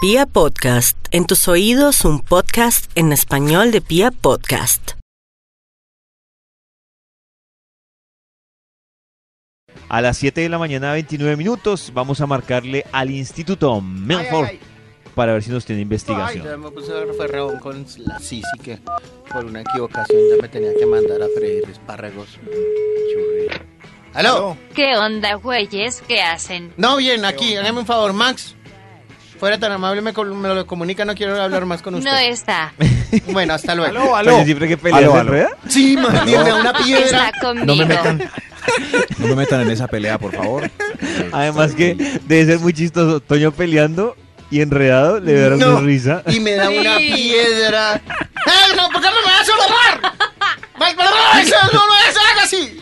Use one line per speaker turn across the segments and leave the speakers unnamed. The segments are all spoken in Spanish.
Pia Podcast, en tus oídos un podcast en español de Pia Podcast.
A las 7 de la mañana, 29 minutos, vamos a marcarle al Instituto Milford
ay.
para ver si nos tiene
Ay, ya
investigación.
me puse a fue rabón con la Sisi que por una equivocación ya me tenía que mandar a freír espárragos. Churri. ¡Aló!
¿Qué onda, güeyes? ¿Qué hacen?
No, bien, aquí, hágame un favor, Max. Fuera tan amable, me, col- me lo comunica, no quiero hablar más con usted.
No está.
Bueno, hasta luego.
Pues yo siempre que peleas
Aló,
se
aló.
enreda.
Sí, man, tiene una piedra.
Está conmigo.
No me metan. No me metan en esa pelea, por favor.
Además que debe ser muy chistoso. Toño peleando y enredado le dará
No.
una risa.
Y me da una
Sí.
piedra. ¡Eh, no, por qué me vas a robar! ¡Mal, mal, mal! ¡Eso no lo es! ¡Haga así!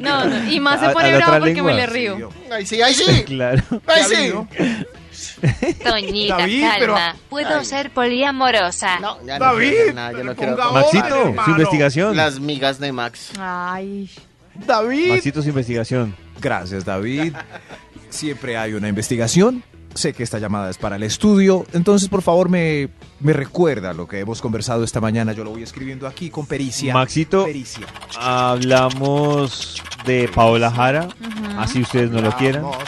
No, no, y más
A-
se
a
pone
la otra
bravo porque
lengua,
me le
sí,
río.
¡Ay, sí, ay, sí!
Claro.
¡Ay,
Ya vi,
sí!
¿no?
Toñita,
David, pero-
calma. Puedo
Ay.
ser poliamorosa.
No, ya no
David,
quiero nada, yo
pero
no quiero
ponga
Max,
orden,
Maxito, su
hermano.
investigación.
Las migas de Max.
Ay,
David.
Maxito, su investigación.
Gracias, David. Siempre hay una investigación. Sé que esta llamada es para el estudio. Entonces, por favor, me, me recuerda lo que hemos conversado esta mañana. Yo lo voy escribiendo aquí con pericia.
Maxito,
Pericia.
hablamos de Paola Jara.
Ah.
Así ustedes no lo quieran.
Vamos.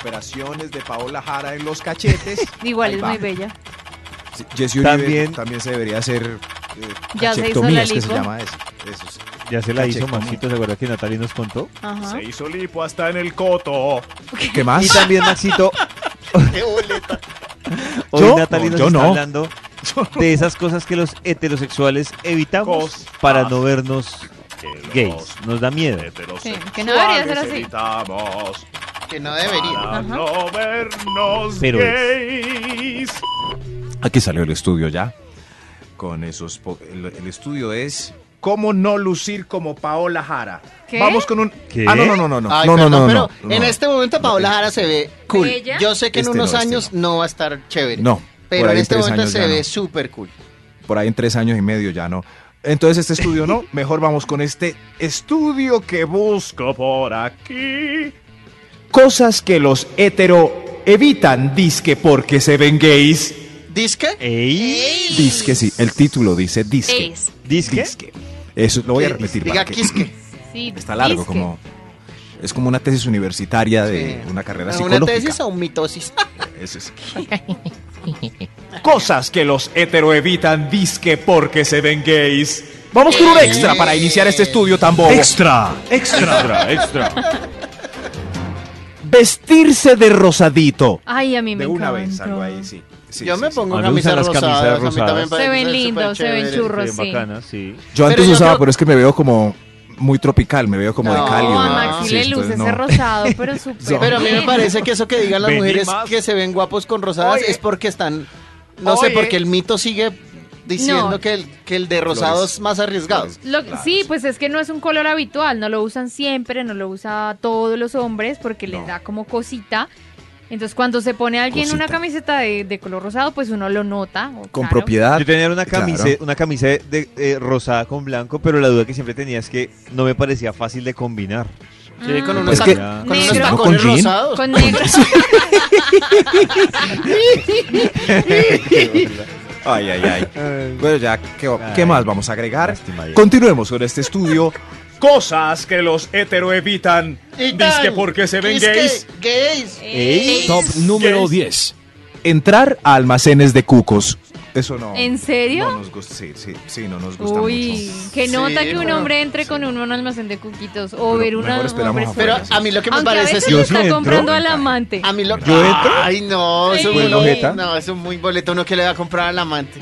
Operaciones de Paola Jara en los cachetes.
igual
Ahí
es
va.
muy bella.
Sí, Jessy Uribe
También-
también, se debería hacer eh,
Ya se hizo
cachectomías,
la
que se
lipo.
llama eso. Eso sí.
Ya se la hizo
Cachectomía.
Maxito, ¿se acuerda que Natalie nos contó?
Ajá.
Se hizo lipo hasta en el coto.
¿Qué más?
Y también Maxito,
¡Qué boleta!
hoy
¿Yo?
Natalie
No,
nos
yo
está
no.
hablando de esas cosas que los heterosexuales evitamos
Cosas.
para no vernos
Que los
gays. Nos da miedo.
Eh, heterosexuales
Sí, que no debería ser así.
Evitamos
Que no
para
debería.
Ajá.
no vernos
Pero
gays.
Aquí salió el estudio ya. Con esos po- el, el estudio es cómo no lucir como Paola Jara.
¿Qué?
Vamos con un
¿Qué?
Ah, no, no, no, no, no.
Ay,
no, no,
perdón,
no,
pero
no, no.
en este momento Paola Jara se ve cool.
¿Bella?
Yo sé que en
Este
unos
no, este
años no. va a estar chévere.
No,
Pero
por ahí
en
en
este
tres
momento
años
se
ya
ve
no.
súper cool.
por ahí en tres años y medio ya no. Entonces este estudio no, mejor vamos con este estudio que busca
Busco por aquí.
cosas que los hetero evitan, disque porque se ven gays.
¿Disque?
¡Ey!
Disque sí, el título dice disque.
Es.
¿Disque?
Disque. Eso lo voy a
Eh,
repetir.
Diga
para que-
quisque.
Sí,
Está largo,
disque.
como. Es como una tesis universitaria de
Sí.
una carrera
¿Una
psicológica.
tesis o un mitosis?
Eso es. Cosas que los hetero evitan, disque porque se ven gays. Vamos con un extra para iniciar este estudio tan bobo.
Extra, extra, extra, extra.
Vestirse de rosadito.
Ay, a mí me
De una
encanta.
vez, algo ahí, sí. Sí,
Yo
sí,
me
sí.
pongo
A mí me
camisa
gustan las camisas
rosada.
rosadas. Se
ven lindos, se ven churros.
Sí,
sí.
bacana, sí.
Yo antes
Pero yo
usaba,
creo-
pero es que me veo como muy tropical, me veo como
No,
de
No,
cálido.
Oh, a
¿no?
Maxi
Sí,
le
entonces
luce
no.
ese rosado, pero súper.
Pero a mí me
bien.
parece que eso que digan las
Vení
mujeres
más.
que se ven guapos con rosadas
Oye.
es porque están... No sé,
Oye.
porque el mito sigue diciendo
No.
que, el, que el de rosado
Flores.
es más arriesgado.
Lo-
Claro,
sí,
sí.
pues es que no es un color habitual, no lo usan siempre, no lo usan todos los hombres porque les
No.
da como cosita. Entonces cuando se pone alguien una
Cosita.
camiseta de, de color rosado, pues uno lo nota. o
Con
claro.
propiedad.
Ah, Yo tenía una
Claro.
camisa, una camisa de eh, rosada con blanco, pero la duda que siempre tenía es que no me parecía fácil de combinar.
Sí, con
Ah.
unos,
Es que-
ta- con unos
Negro.
¿No con
tacones
jean?
rosados.
Con negro.
Ay, ay, ay. Bueno, ya, ¿qué, qué
Ay.
más vamos a agregar?
Lástima, Diego.
Continuemos con este estudio.
Cosas que los hetero evitan.
Y
Disque
tan,
porque se ven
quisque,
gays.
gays.
Ey.
Eh,
Top
número
10. Entrar a almacenes de cucos. Eso no.
¿En serio?
No nos gusta, sí, sí, sí, no nos gusta
Uy,
mucho.
que
Sí,
nota que un
pero-
hombre entre
sí.
con un, un almacén de cuquitos o
Pero
ver una
mejor esperamos
hombre-
afuera.
Pero
Bueno, sí.
a mí lo que me
Aunque a
parece
veces
es
Yo
le
que...
sí
está
entro.
comprando al
Ay.
amante.
A mí lo...
¿Yo entro?
Ay, no, eso, es
Sí.
muy,
¿Fue Gogeta?
no, eso es muy boleto. Uno que le va a comprar al amante.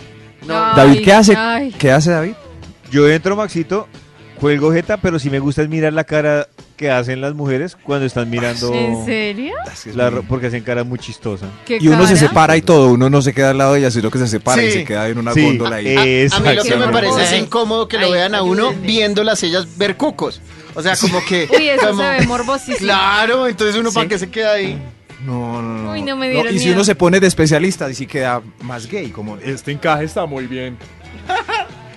No.
Ay,
David, ¿qué hace?
ay.
¿Qué hace David?
Yo entro, Maxito, cuelgo jeta, pero sí me gusta es mirar la cara que hacen las mujeres cuando están mirando
¿En serio?
Ah,
la ro- porque hacen cara muy chistosa.
¿Qué
y uno se
cara?
separa y todo, uno no se queda al lado de ella, sino que se separa y
Sí.
se queda en una
Sí, Ah, eh.
góndola
A mí
ahí.
lo que me
exactamente.
parece es
Ay.
incómodo que lo
Ay,
vean a uno
ayúdenme.
viendo las ellas ver cucos. O sea, como que...
Uy, eso
como-
se ve morbosísimo.
Claro, entonces uno para qué se queda ahí.
No, no, no.
Uy, no me dieron
Y si
miedo.
uno se pone de especialista, y sí queda más gay, como
Este encaje está muy bien.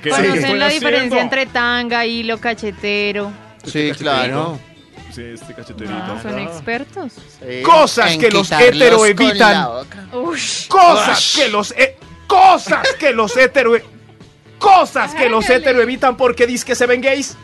¿Qué
Sí.
Conocen
Estoy
la diferencia
haciendo?
entre tanga, hilo, cachetero.
Sí, claro.
Sí, este
Ah,
cacheterito.
son expertos.
Sí.
Cosas
En
que los
quitarlos
hetero
con
evitan.
la boca.
Ush.
Cosas que los he- cosas que los hetero e, cosas que los hetero evitan porque dice que se ven gays.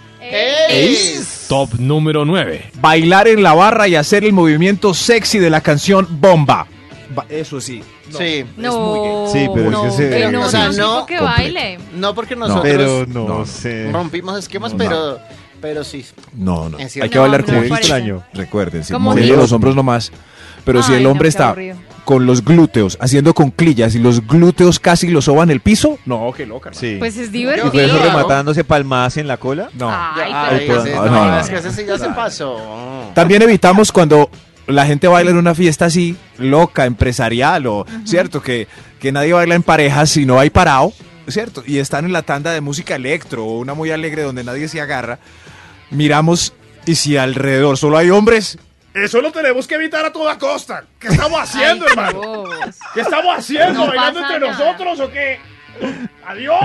Top número 9.
Bailar en la barra y hacer el movimiento sexy de la canción Bomba. Ba- Eso sí.
Sí.
No.
Sí, pero es
no,
que se-
hombre, no,
o sea,
no,
no,
tipo que baile.
No porque nosotros
pero no,
no,
sé.
rompimos esquemas,
No,
pero, pero sí.
No, no.
Es
Hay
cierto.
que bailar
No,
como
no,
extra.
extraño.
Recuerden, sí,
Como
moviendo
digo.
los hombros nomás. Pero si
Ay,
el
no,
hombre
qué
está
aburrido.
con los glúteos haciendo conclillas y los glúteos casi lo soban el piso,
No, qué loca. hermano.
Sí.
Pues es
¿Y fue eso
divertido.
Claro.
rematándose palmadas en la cola?
no.
Ay,
Ya,
pero-
ay,
pero-
ese-
no,
no,
no, no.
es que ese sí ya se pasó.
También evitamos cuando la gente baila en una fiesta así, loca, empresarial, o cierto, que, que nadie baila en pareja si no hay parado, cierto, y están en la tanda de música electro o una muy alegre donde nadie se agarra. Miramos y si alrededor solo hay hombres,
Eso lo tenemos que evitar a toda costa. ¿Qué estamos haciendo,
Ay,
hermano?
bobos.
¿Qué estamos haciendo?
No
¿Bailando
pasa
entre
nada.
nosotros o qué? Adiós.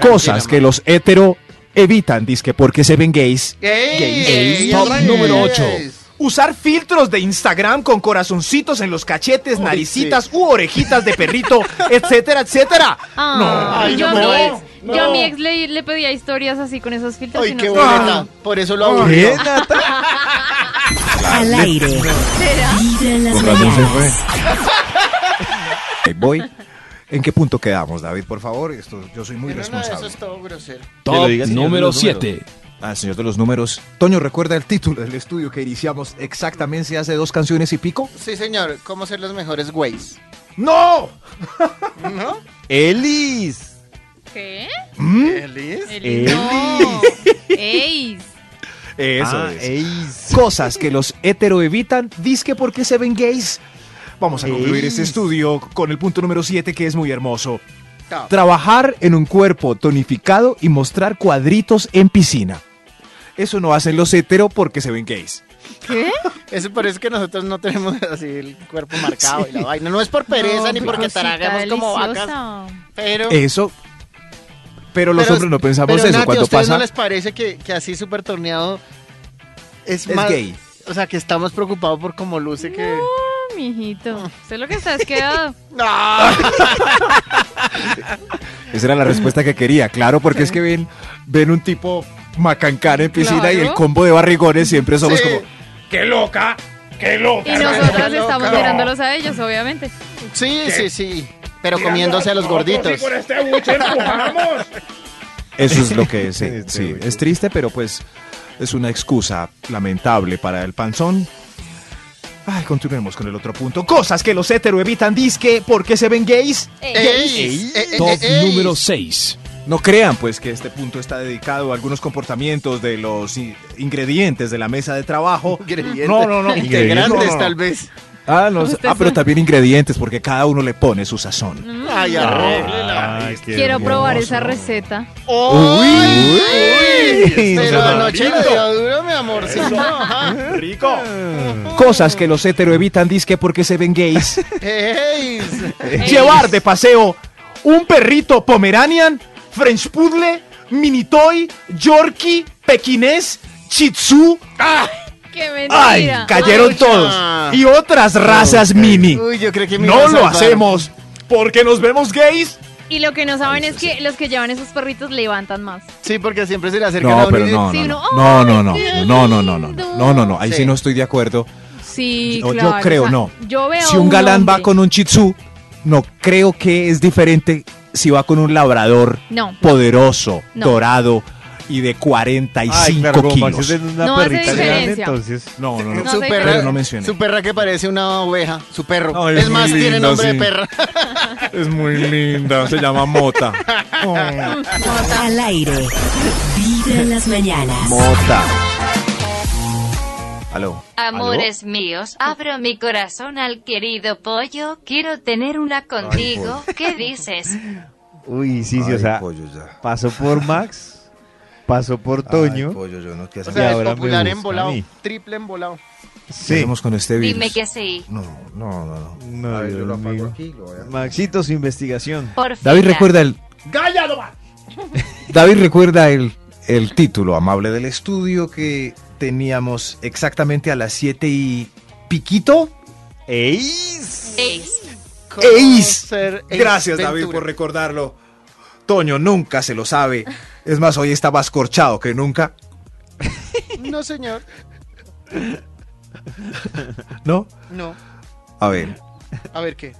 cosas que los hetero evitan, disque porque se ven gays.
Ey,
Top
ey,
número
ey,
ocho.
ey.
Usar filtros de Instagram con corazoncitos en los cachetes,
naricitas
u orejitas de perrito, etcétera, etcétera.
Ah.
Ay,
Ay,
yo, a
no,
mi ex,
no.
yo a mi ex le, le pedía historias así con esos filtros. y
Ay,
no
qué
se-
bonita. Ah. Por eso lo aburrió.
¿Qué, Nata?
Al aire. Vibra en las
Con razón se fue.
mañanas.
Eh, Voy. ¿En qué punto quedamos, David? Por favor, esto, yo soy muy
Pero no, eso
responsable.
es todo grosero.
Que lo
Top
diga el señor de
número
los números.
7.
al señor de los números. Toño, ¿recuerda el título del estudio que iniciamos exactamente hace dos canciones y pico?
Sí, señor. ¿Cómo ser los mejores güeyes?
¡No!
¿No?
¡Elis!
¿Qué?
¿Feliz?
Eli, no. Eis.
Eso
Ah, Elis.
Cosas que los hetero evitan, disque porque se ven gays. Vamos a concluir
Ey.
este estudio con el punto número 7 que es muy hermoso.
Top.
Trabajar en un cuerpo tonificado y mostrar cuadritos en piscina. Eso no hacen los hetero porque se ven gays.
¿Qué?
Eso parece que nosotros no tenemos así el cuerpo marcado y la vaina. No es por pereza
No,
ni
qué
porque
cosita
taragamos como vacas,
deliciosa.
pero...
Eso. Pero Eh, los
pero-
hombres no pensamos
pero,
eso.
Nati, ¿a
Cuando
ustedes
pasa,
no les parece que, que así súper torneado es,
es
más...
gay.
O sea, que estamos preocupados por cómo luce que...
No, mijito. Usted lo que ah, está es quedado.
Esa era la respuesta que quería, claro, porque es que ven, ven un tipo macancán en piscina y el
Claro.
combo de barrigones siempre somos
Sí.
como,
¡Qué loca! ¡Qué
Y
loca!
nosotras
loca.
estamos
No.
mirándolos a ellos, obviamente.
Sí,
¿Qué?
sí, sí. Pero comiéndose a los gorditos.
Y con este buche empujamos.
eso es lo que es. eh,
Este
sí,
güey.
es triste, pero pues es una excusa lamentable para el panzón. Ay, continuemos con el otro punto. Cosas que los hetero evitan, disque, porque se ven gays.
Ey, ey, ey,
Top
ey.
número 6.
No crean, pues, que este punto está dedicado a algunos comportamientos de los i- ingredientes de la mesa de trabajo.
Ingredientes.
No, no, no.
Integrantes,
No, no.
tal vez.
Ah, no,
Usted
ah, pero
sabe.
también ingredientes, porque cada uno le pone su sazón.
Ay, arréglela.
Ah,
Ay, qué
Quiero
hermoso.
probar esa receta.
Oh, ¡Uy!
Uy.
Pero
Eso
anoche le dio duro, mi amorcito. Ajá.
este.
¡Rico!
Cosas que los hetero evitan disque porque se ven gays. Eh,
Ey,
Llevar de paseo un perrito pomeranian, french poodle, mini toy, yorkie, pequinés, chitsu.
¡Qué
¡Ay!
mentira!
Cayeron
Ay,
todos.
ya.
Y otras razas mini.
Uy, yo creo que me iba
No
a
lo
salvar.
hacemos porque nos vemos gays.
Y lo que no saben es que los que llevan esos perritos levantan más.
Sí, porque siempre se le acercan a un niño.
Sí, uno,
No, no, no,
¡ay, qué
no, no, no, no,
lindo!
no, no, no, ahí sí
Sí.
no estoy de acuerdo.
Sí,
Yo- yo
claro.
creo,
o sea,
no.
Yo veo
Si un galán va
hombre-
con un chitsu, no creo que es diferente si va con un labrador
No.
poderoso,
No.
dorado y de 45
Ay, claro, como Maxi
kilos.
es de una
No hace
perrita grande,
diferencia.
entonces...
No, no,
No
no.
Su
sé,
perra,
pero no mencioné.
su perra que parece una oveja, su perro.
Ay,
es,
es muy
más, tiene
lindo,
nombre
sí.
de perra.
Es muy linda, se llama Mota.
Al aire. Vibra en las mañanas.
Mota. Aló.
Amores míos, abro mi corazón al querido pollo. Quiero tener una contigo. ¿Qué dices?
Uy, sí, sí, o
Ay,
sea,
pollo, ya.
pasó por Max, pasó por Toño.
Ay, pollo, yo no, ¿qué
O
hacemos?
Y
sea,
ahora
es
me
popular
busca a
embolado,
mí.
triple embolado.
¿Qué
sí.
hacemos con este virus?
Dime que sí.
No, no, no, no.
No,
A ver, yo
Dios
lo apago
mío.
aquí, lo voy a-
Maxito, su investigación.
Por fin.
David recuerda el
¡Galla nomás!
David recuerda el, el título amable del estudio que teníamos exactamente a las 7 y piquito.
¡Eis!
Eis.
¡Eis!
Ser Ace
Gracias, David,
Ventura.
por recordarlo. Toño nunca se lo sabe. Es más, hoy está más corchado que nunca.
No, señor.
¿No?
No.
A ver,
A ver qué.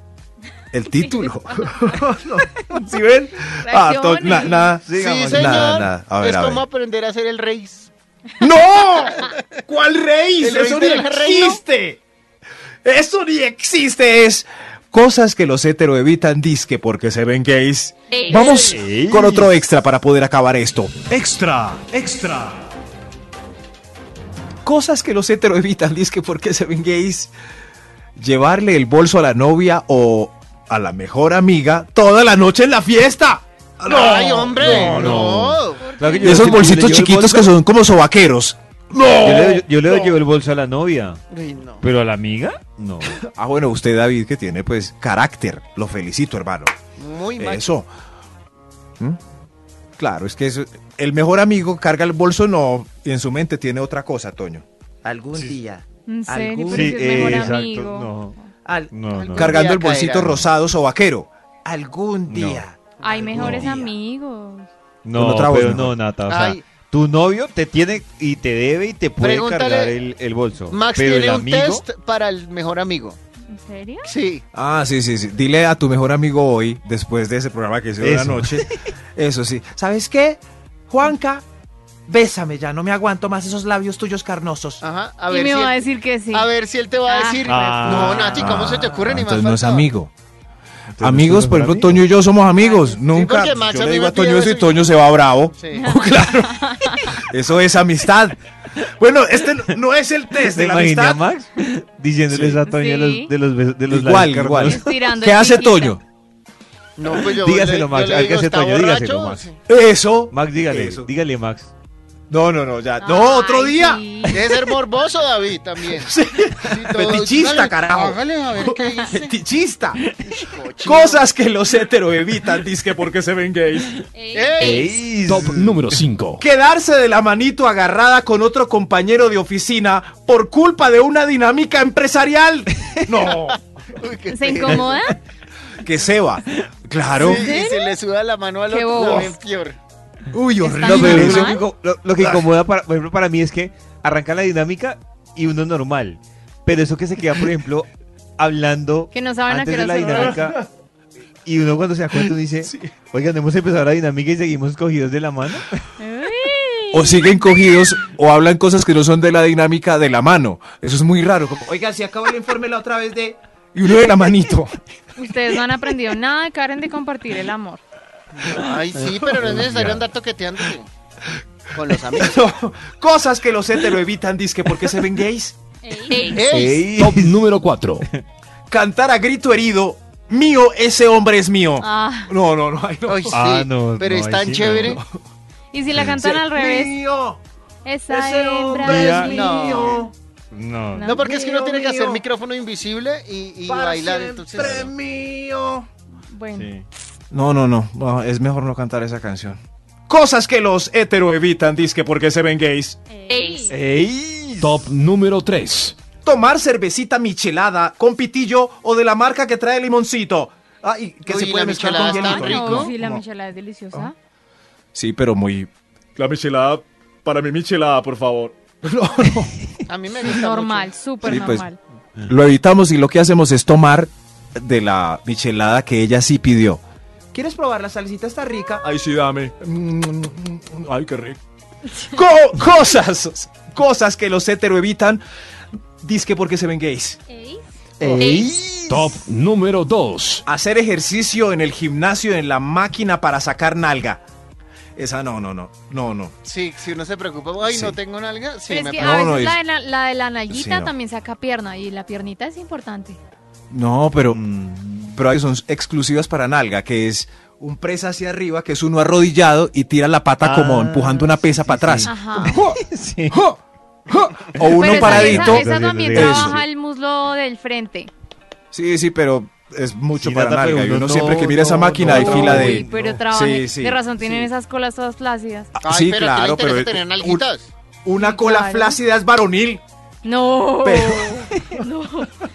el título. No, ¿Sí ven? Ah, to- na- nada.
sí,
sigamos.
señor.
Nada, nada. A ver,
es
a ver.
como aprender a ser el rey.
¡No! ¿Cuál rey?
¿El rey
¡Eso ni
del reino?
existe! ¡Eso ni existe!
Este es cosas que los hetero evitan disque porque se ven gays.
Eis.
Vamos
Ey.
con otro extra para poder acabar esto.
Extra, extra.
Cosas que los hetero evitan disque porque se ven gays. Llevarle el bolso a la novia o a la mejor amiga toda la noche en la fiesta.
No, ¡Ay, hombre! No.
Claro que yo-
Esos
yo-
bolsitos
yo- yo-
chiquitos que son como sobaqueros.
Yo le, yo le llevo el bolso a la novia,
Ay, no.
pero a la amiga, no.
Ah, bueno, usted, David, que tiene pues carácter. Lo felicito, hermano.
Muy mal.
Eso. ¿Mm? Claro, es que eso- el mejor amigo carga el bolso, no. Y en su mente tiene otra cosa, Toño.
Algún día.
En serio,
Algún-
pero si es mejor
eh, exacto,
amigo.
no.
al-
No, no.
Cargando el
caerá.
bolsito rosado sobaquero.
algún día.
Hay mejores
día.
amigos.
No,
Con otra voz,
pero
¿no?
no, Nata. O sea,
Ay.
tu novio te tiene y te debe y te puede
Pregúntale-
cargar el, el bolso.
Max
pero
tiene
el
un
amigo,
test para el mejor amigo.
¿En serio?
Sí.
Ah, sí, sí, sí. Dile a tu mejor amigo hoy, después de ese programa que hizo la
Eso.
noche.
Eso sí. ¿Sabes qué? Juanca, bésame ya. No me aguanto más esos labios tuyos carnosos.
Ajá. A
y
ver,
me
si
va a
él,
decir que sí.
a ver si él te va a
Ah.
decir.
Ah.
no, Nati, ¿cómo se te ocurre? Ni más
Ah, entonces no es
faltaba.
amigo.
es
amigos,
tu
por
mejor
ejemplo,
amigo.
Toño y yo somos amigos. Nunca.
porque Max
yo
a
le
mí
digo
me
a Toño
pide
eso y
beso y-
Toño se va bravo. Oh,
Sí.
Claro. Eso es amistad.
Bueno, este no es el test
¿Te
de la
imaginas a
amistad.
Max diciéndoles a Toño
Sí.
los- de los besos- de los
Igual,
labios
igual.
carnosos?
Estirando
¿Qué
el
hace
piquito.
Toño?
No, pues yo
Dígaselo,
le- yo
Max,
le
hay que
digo,
hacer
¿está
Toño,
borracho?
dígaselo, Max.
Sí.
Eso.
Max, dígale,
Eso.
dígale, Max.
No, no, no, ya. No, otro
Ay,
día.
sí.
Debe ser morboso, David, también. Sí, todo-
Fetichista,
Hágale,
carajo.
Hágale, a ver qué dice.
Fetichista.
Cochino.
Cosas que los hetero evitan, disque porque se ven gays.
Ey.
Top número 5.
Quedarse de la manito agarrada con otro compañero de oficina por culpa de una dinámica empresarial. No.
Uy, qué
¿Se
pena.
incomoda?
Que se va. Claro.
Sí, y se le suda la mano al
Qué
otro
bobo.
también peor.
Uy, horrible.
No, pero
eso.
eso que inco- lo, lo que incomoda, para, por ejemplo, para mí es que arranca la dinámica y uno normal. Pero eso que se queda, por ejemplo, hablando
Que no saben a
antes
qué
de
hora
la
se van.
dinámica. Y uno cuando se da cuenta uno dice, oigan, hemos empezado la dinámica y seguimos cogidos de la mano.
Uy.
O siguen cogidos o hablan cosas que no son de la dinámica de la mano. Eso es muy raro. como-
Oiga, si acaba el informe la otra vez de.
Y uno de la manito.
Ustedes no han aprendido nada de Karen de compartir el amor.
Ay, sí, pero no es necesario andar toqueteando con los amigos.
No, Cosas que los hetero evitan, disque porque se ven gays.
Ey,
Top número 4.
Cantar a grito herido. Mío, ese hombre es mío.
Ah,
No, no, no. ay, no.
ay, sí,
Ah, no,
pero
no,
es
ahí
tan
sí,
chévere.
no.
y si la cantan al revés,
Mío,
esa
ese
hembra
hombre
es
es
no.
mía.
mío.
No.
No, porque es que uno
Mío,
tiene que hacer
mío.
micrófono invisible y, y
para
bailar,
siempre
entonces.
mío.
Bueno,
No, no, no, no, Es mejor no cantar esa canción. Cosas que los hetero evitan, disque porque se ven gays.
Eis.
¡Ey!
Top número 3.
Tomar cervecita michelada con pitillo o de la marca que trae limoncito. Ah, y que
Uy,
se puede
la
mezclar
michelada
con
está
hielito.
Ah,
rico.
no, sí, la
No.
michelada es deliciosa.
Sí, pero muy...
La michelada, para mí michelada, por favor.
A mí me gusta
Normal,
mucho.
súper
Sí, pues.
normal.
Lo evitamos y lo que hacemos es tomar de la michelada que ella sí pidió.
¿Quieres probar la salsita? Está rica.
Ay, sí, dame. Ay, qué rico.
Co- cosas, cosas que los hetero evitan, disque porque se ven gays.
Top número 2.
Hacer ejercicio en el gimnasio, en la máquina para sacar nalga. Esa no, no, no, no, no.
Sí, si uno se preocupa, ay,
Sí.
no tengo nalga, sí,
Pero es
me
que
No,
a veces
no,
la,
es-
de la, la de la nalguita
Sí, no.
también saca pierna y la piernita es importante.
No, pero, pero hay- son exclusivas para nalga, que es un presa hacia arriba, que es uno arrodillado y tira la pata como
Ah,
empujando una pesa para atrás.
Ajá.
Sí.
O uno
Pero esa-
paradito.
Esa, esa también
Eso.
trabaja el muslo del frente.
Sí, sí, pero es mucho
Sí,
para
Nata, pero
nalga. Y
uno
uno
no,
siempre que mira esa
no,
máquina
no,
hay fila
no.
de...
Uy, pero
no.
trabaja.
Sí, sí,
de razón tienen
sí.
esas colas todas plácidas.
Ah,
Ay,
sí,
pero ¿a quién le
claro, pero
interesa tener
un-
nalguitas?
una
Sí,
cola
claro.
flácida es varonil.
No,
Pero-
no,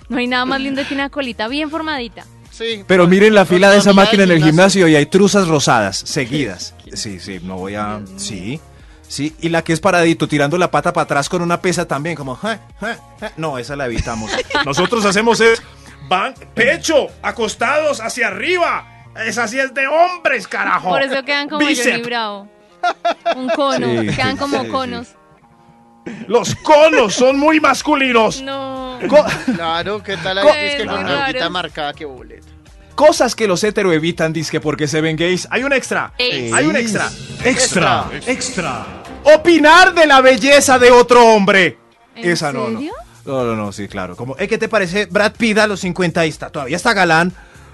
No hay nada más lindo que una colita bien formadita.
Sí,
Pero miren la fila de esa máquina en el
gimnasio.
gimnasio y hay truzas rosadas seguidas. Sí, sí, no voy a. Sí. Sí, y la que es paradito, tirando la pata para atrás con una pesa también, como. "Ja, ja, ja". No, esa la evitamos.
Nosotros hacemos es van pecho, acostados hacia arriba. Esa sí es de hombres, carajo.
Por eso quedan como
Bíceps,
Johnny Bravo. Un cono,
Sí,
quedan
sí,
como
sí.
conos.
Los conos son muy masculinos.
No.
Co-
Claro, ¿qué tal
Co-
ahí? Es que con
Claro.
la boquita marcada, qué boleta.
Cosas que los hetero evitan, disque porque se ven gays.
Hay un extra.
Ey.
Hay un extra.
Extra,
Extra. Opinar de la belleza de otro hombre.
¿En
Esa no, no.
serio?
No, no, no, sí, claro. Como, "Eh, ¿qué te parece Brad Pitt a los 50 y está? Todavía está galán.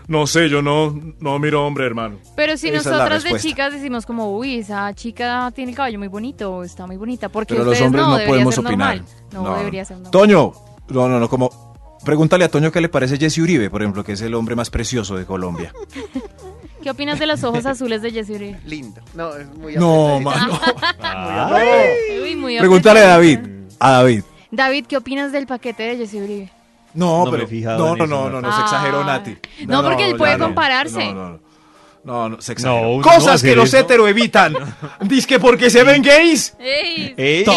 No sé, yo no, no miro hombre, hermano.
Pero si
Esa es la
nosotras de
respuesta.
chicas decimos como, uy, esa chica tiene el cabello muy bonito, está muy bonita, porque
Pero los hombres no, podemos opinar.
No, debería ser normal.
Toño, no, no, no, como. Pregúntale a Toño qué le parece Jesse Uribe, por ejemplo, que es el hombre más precioso de Colombia.
¿Qué opinas de los ojos azules de Jessy Uribe?
Lindo. No, es muy
No,
apretadito.
mano.
Uy, muy
Pregúntale a David.
apretadito.
A David.
David, ¿qué opinas del paquete de Jessy Uribe?
No
No, pero.
me he fijado
no,
en
no,
eso, no.
no, no, no, se exageró
Ah.
Nati.
No, porque él
ya
puede
no.
compararse.
No, no, no. No, no, se
No,
exageró.
uno no va a
Cosas
hacer
que los
eso.
hetero evitan. Disque porque se ven gays.
¡Ey!
¡Ey!
Eh,
Top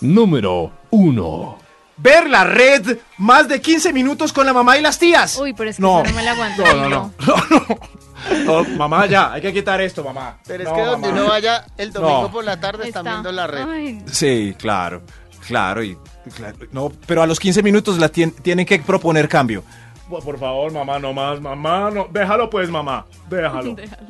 número 1.
Ver la red más de 15 minutos con la mamá y las tías.
Uy, pues. pero es que
No.
eso no me la aguanto.
No,
amigo.
no, no.
Oh,
No, mamá, ya, hay que quitar esto, mamá.
Pero es
No,
que donde
mamá.
uno vaya el domingo
No.
por la tarde están viendo la red.
Ay,
Sí, claro, claro, y claro, no, pero a los 15 minutos la tien- tienen que proponer cambio.
Por por favor, mamá, no más, mamá, no. Déjalo pues, mamá. Déjalo.
déjalo.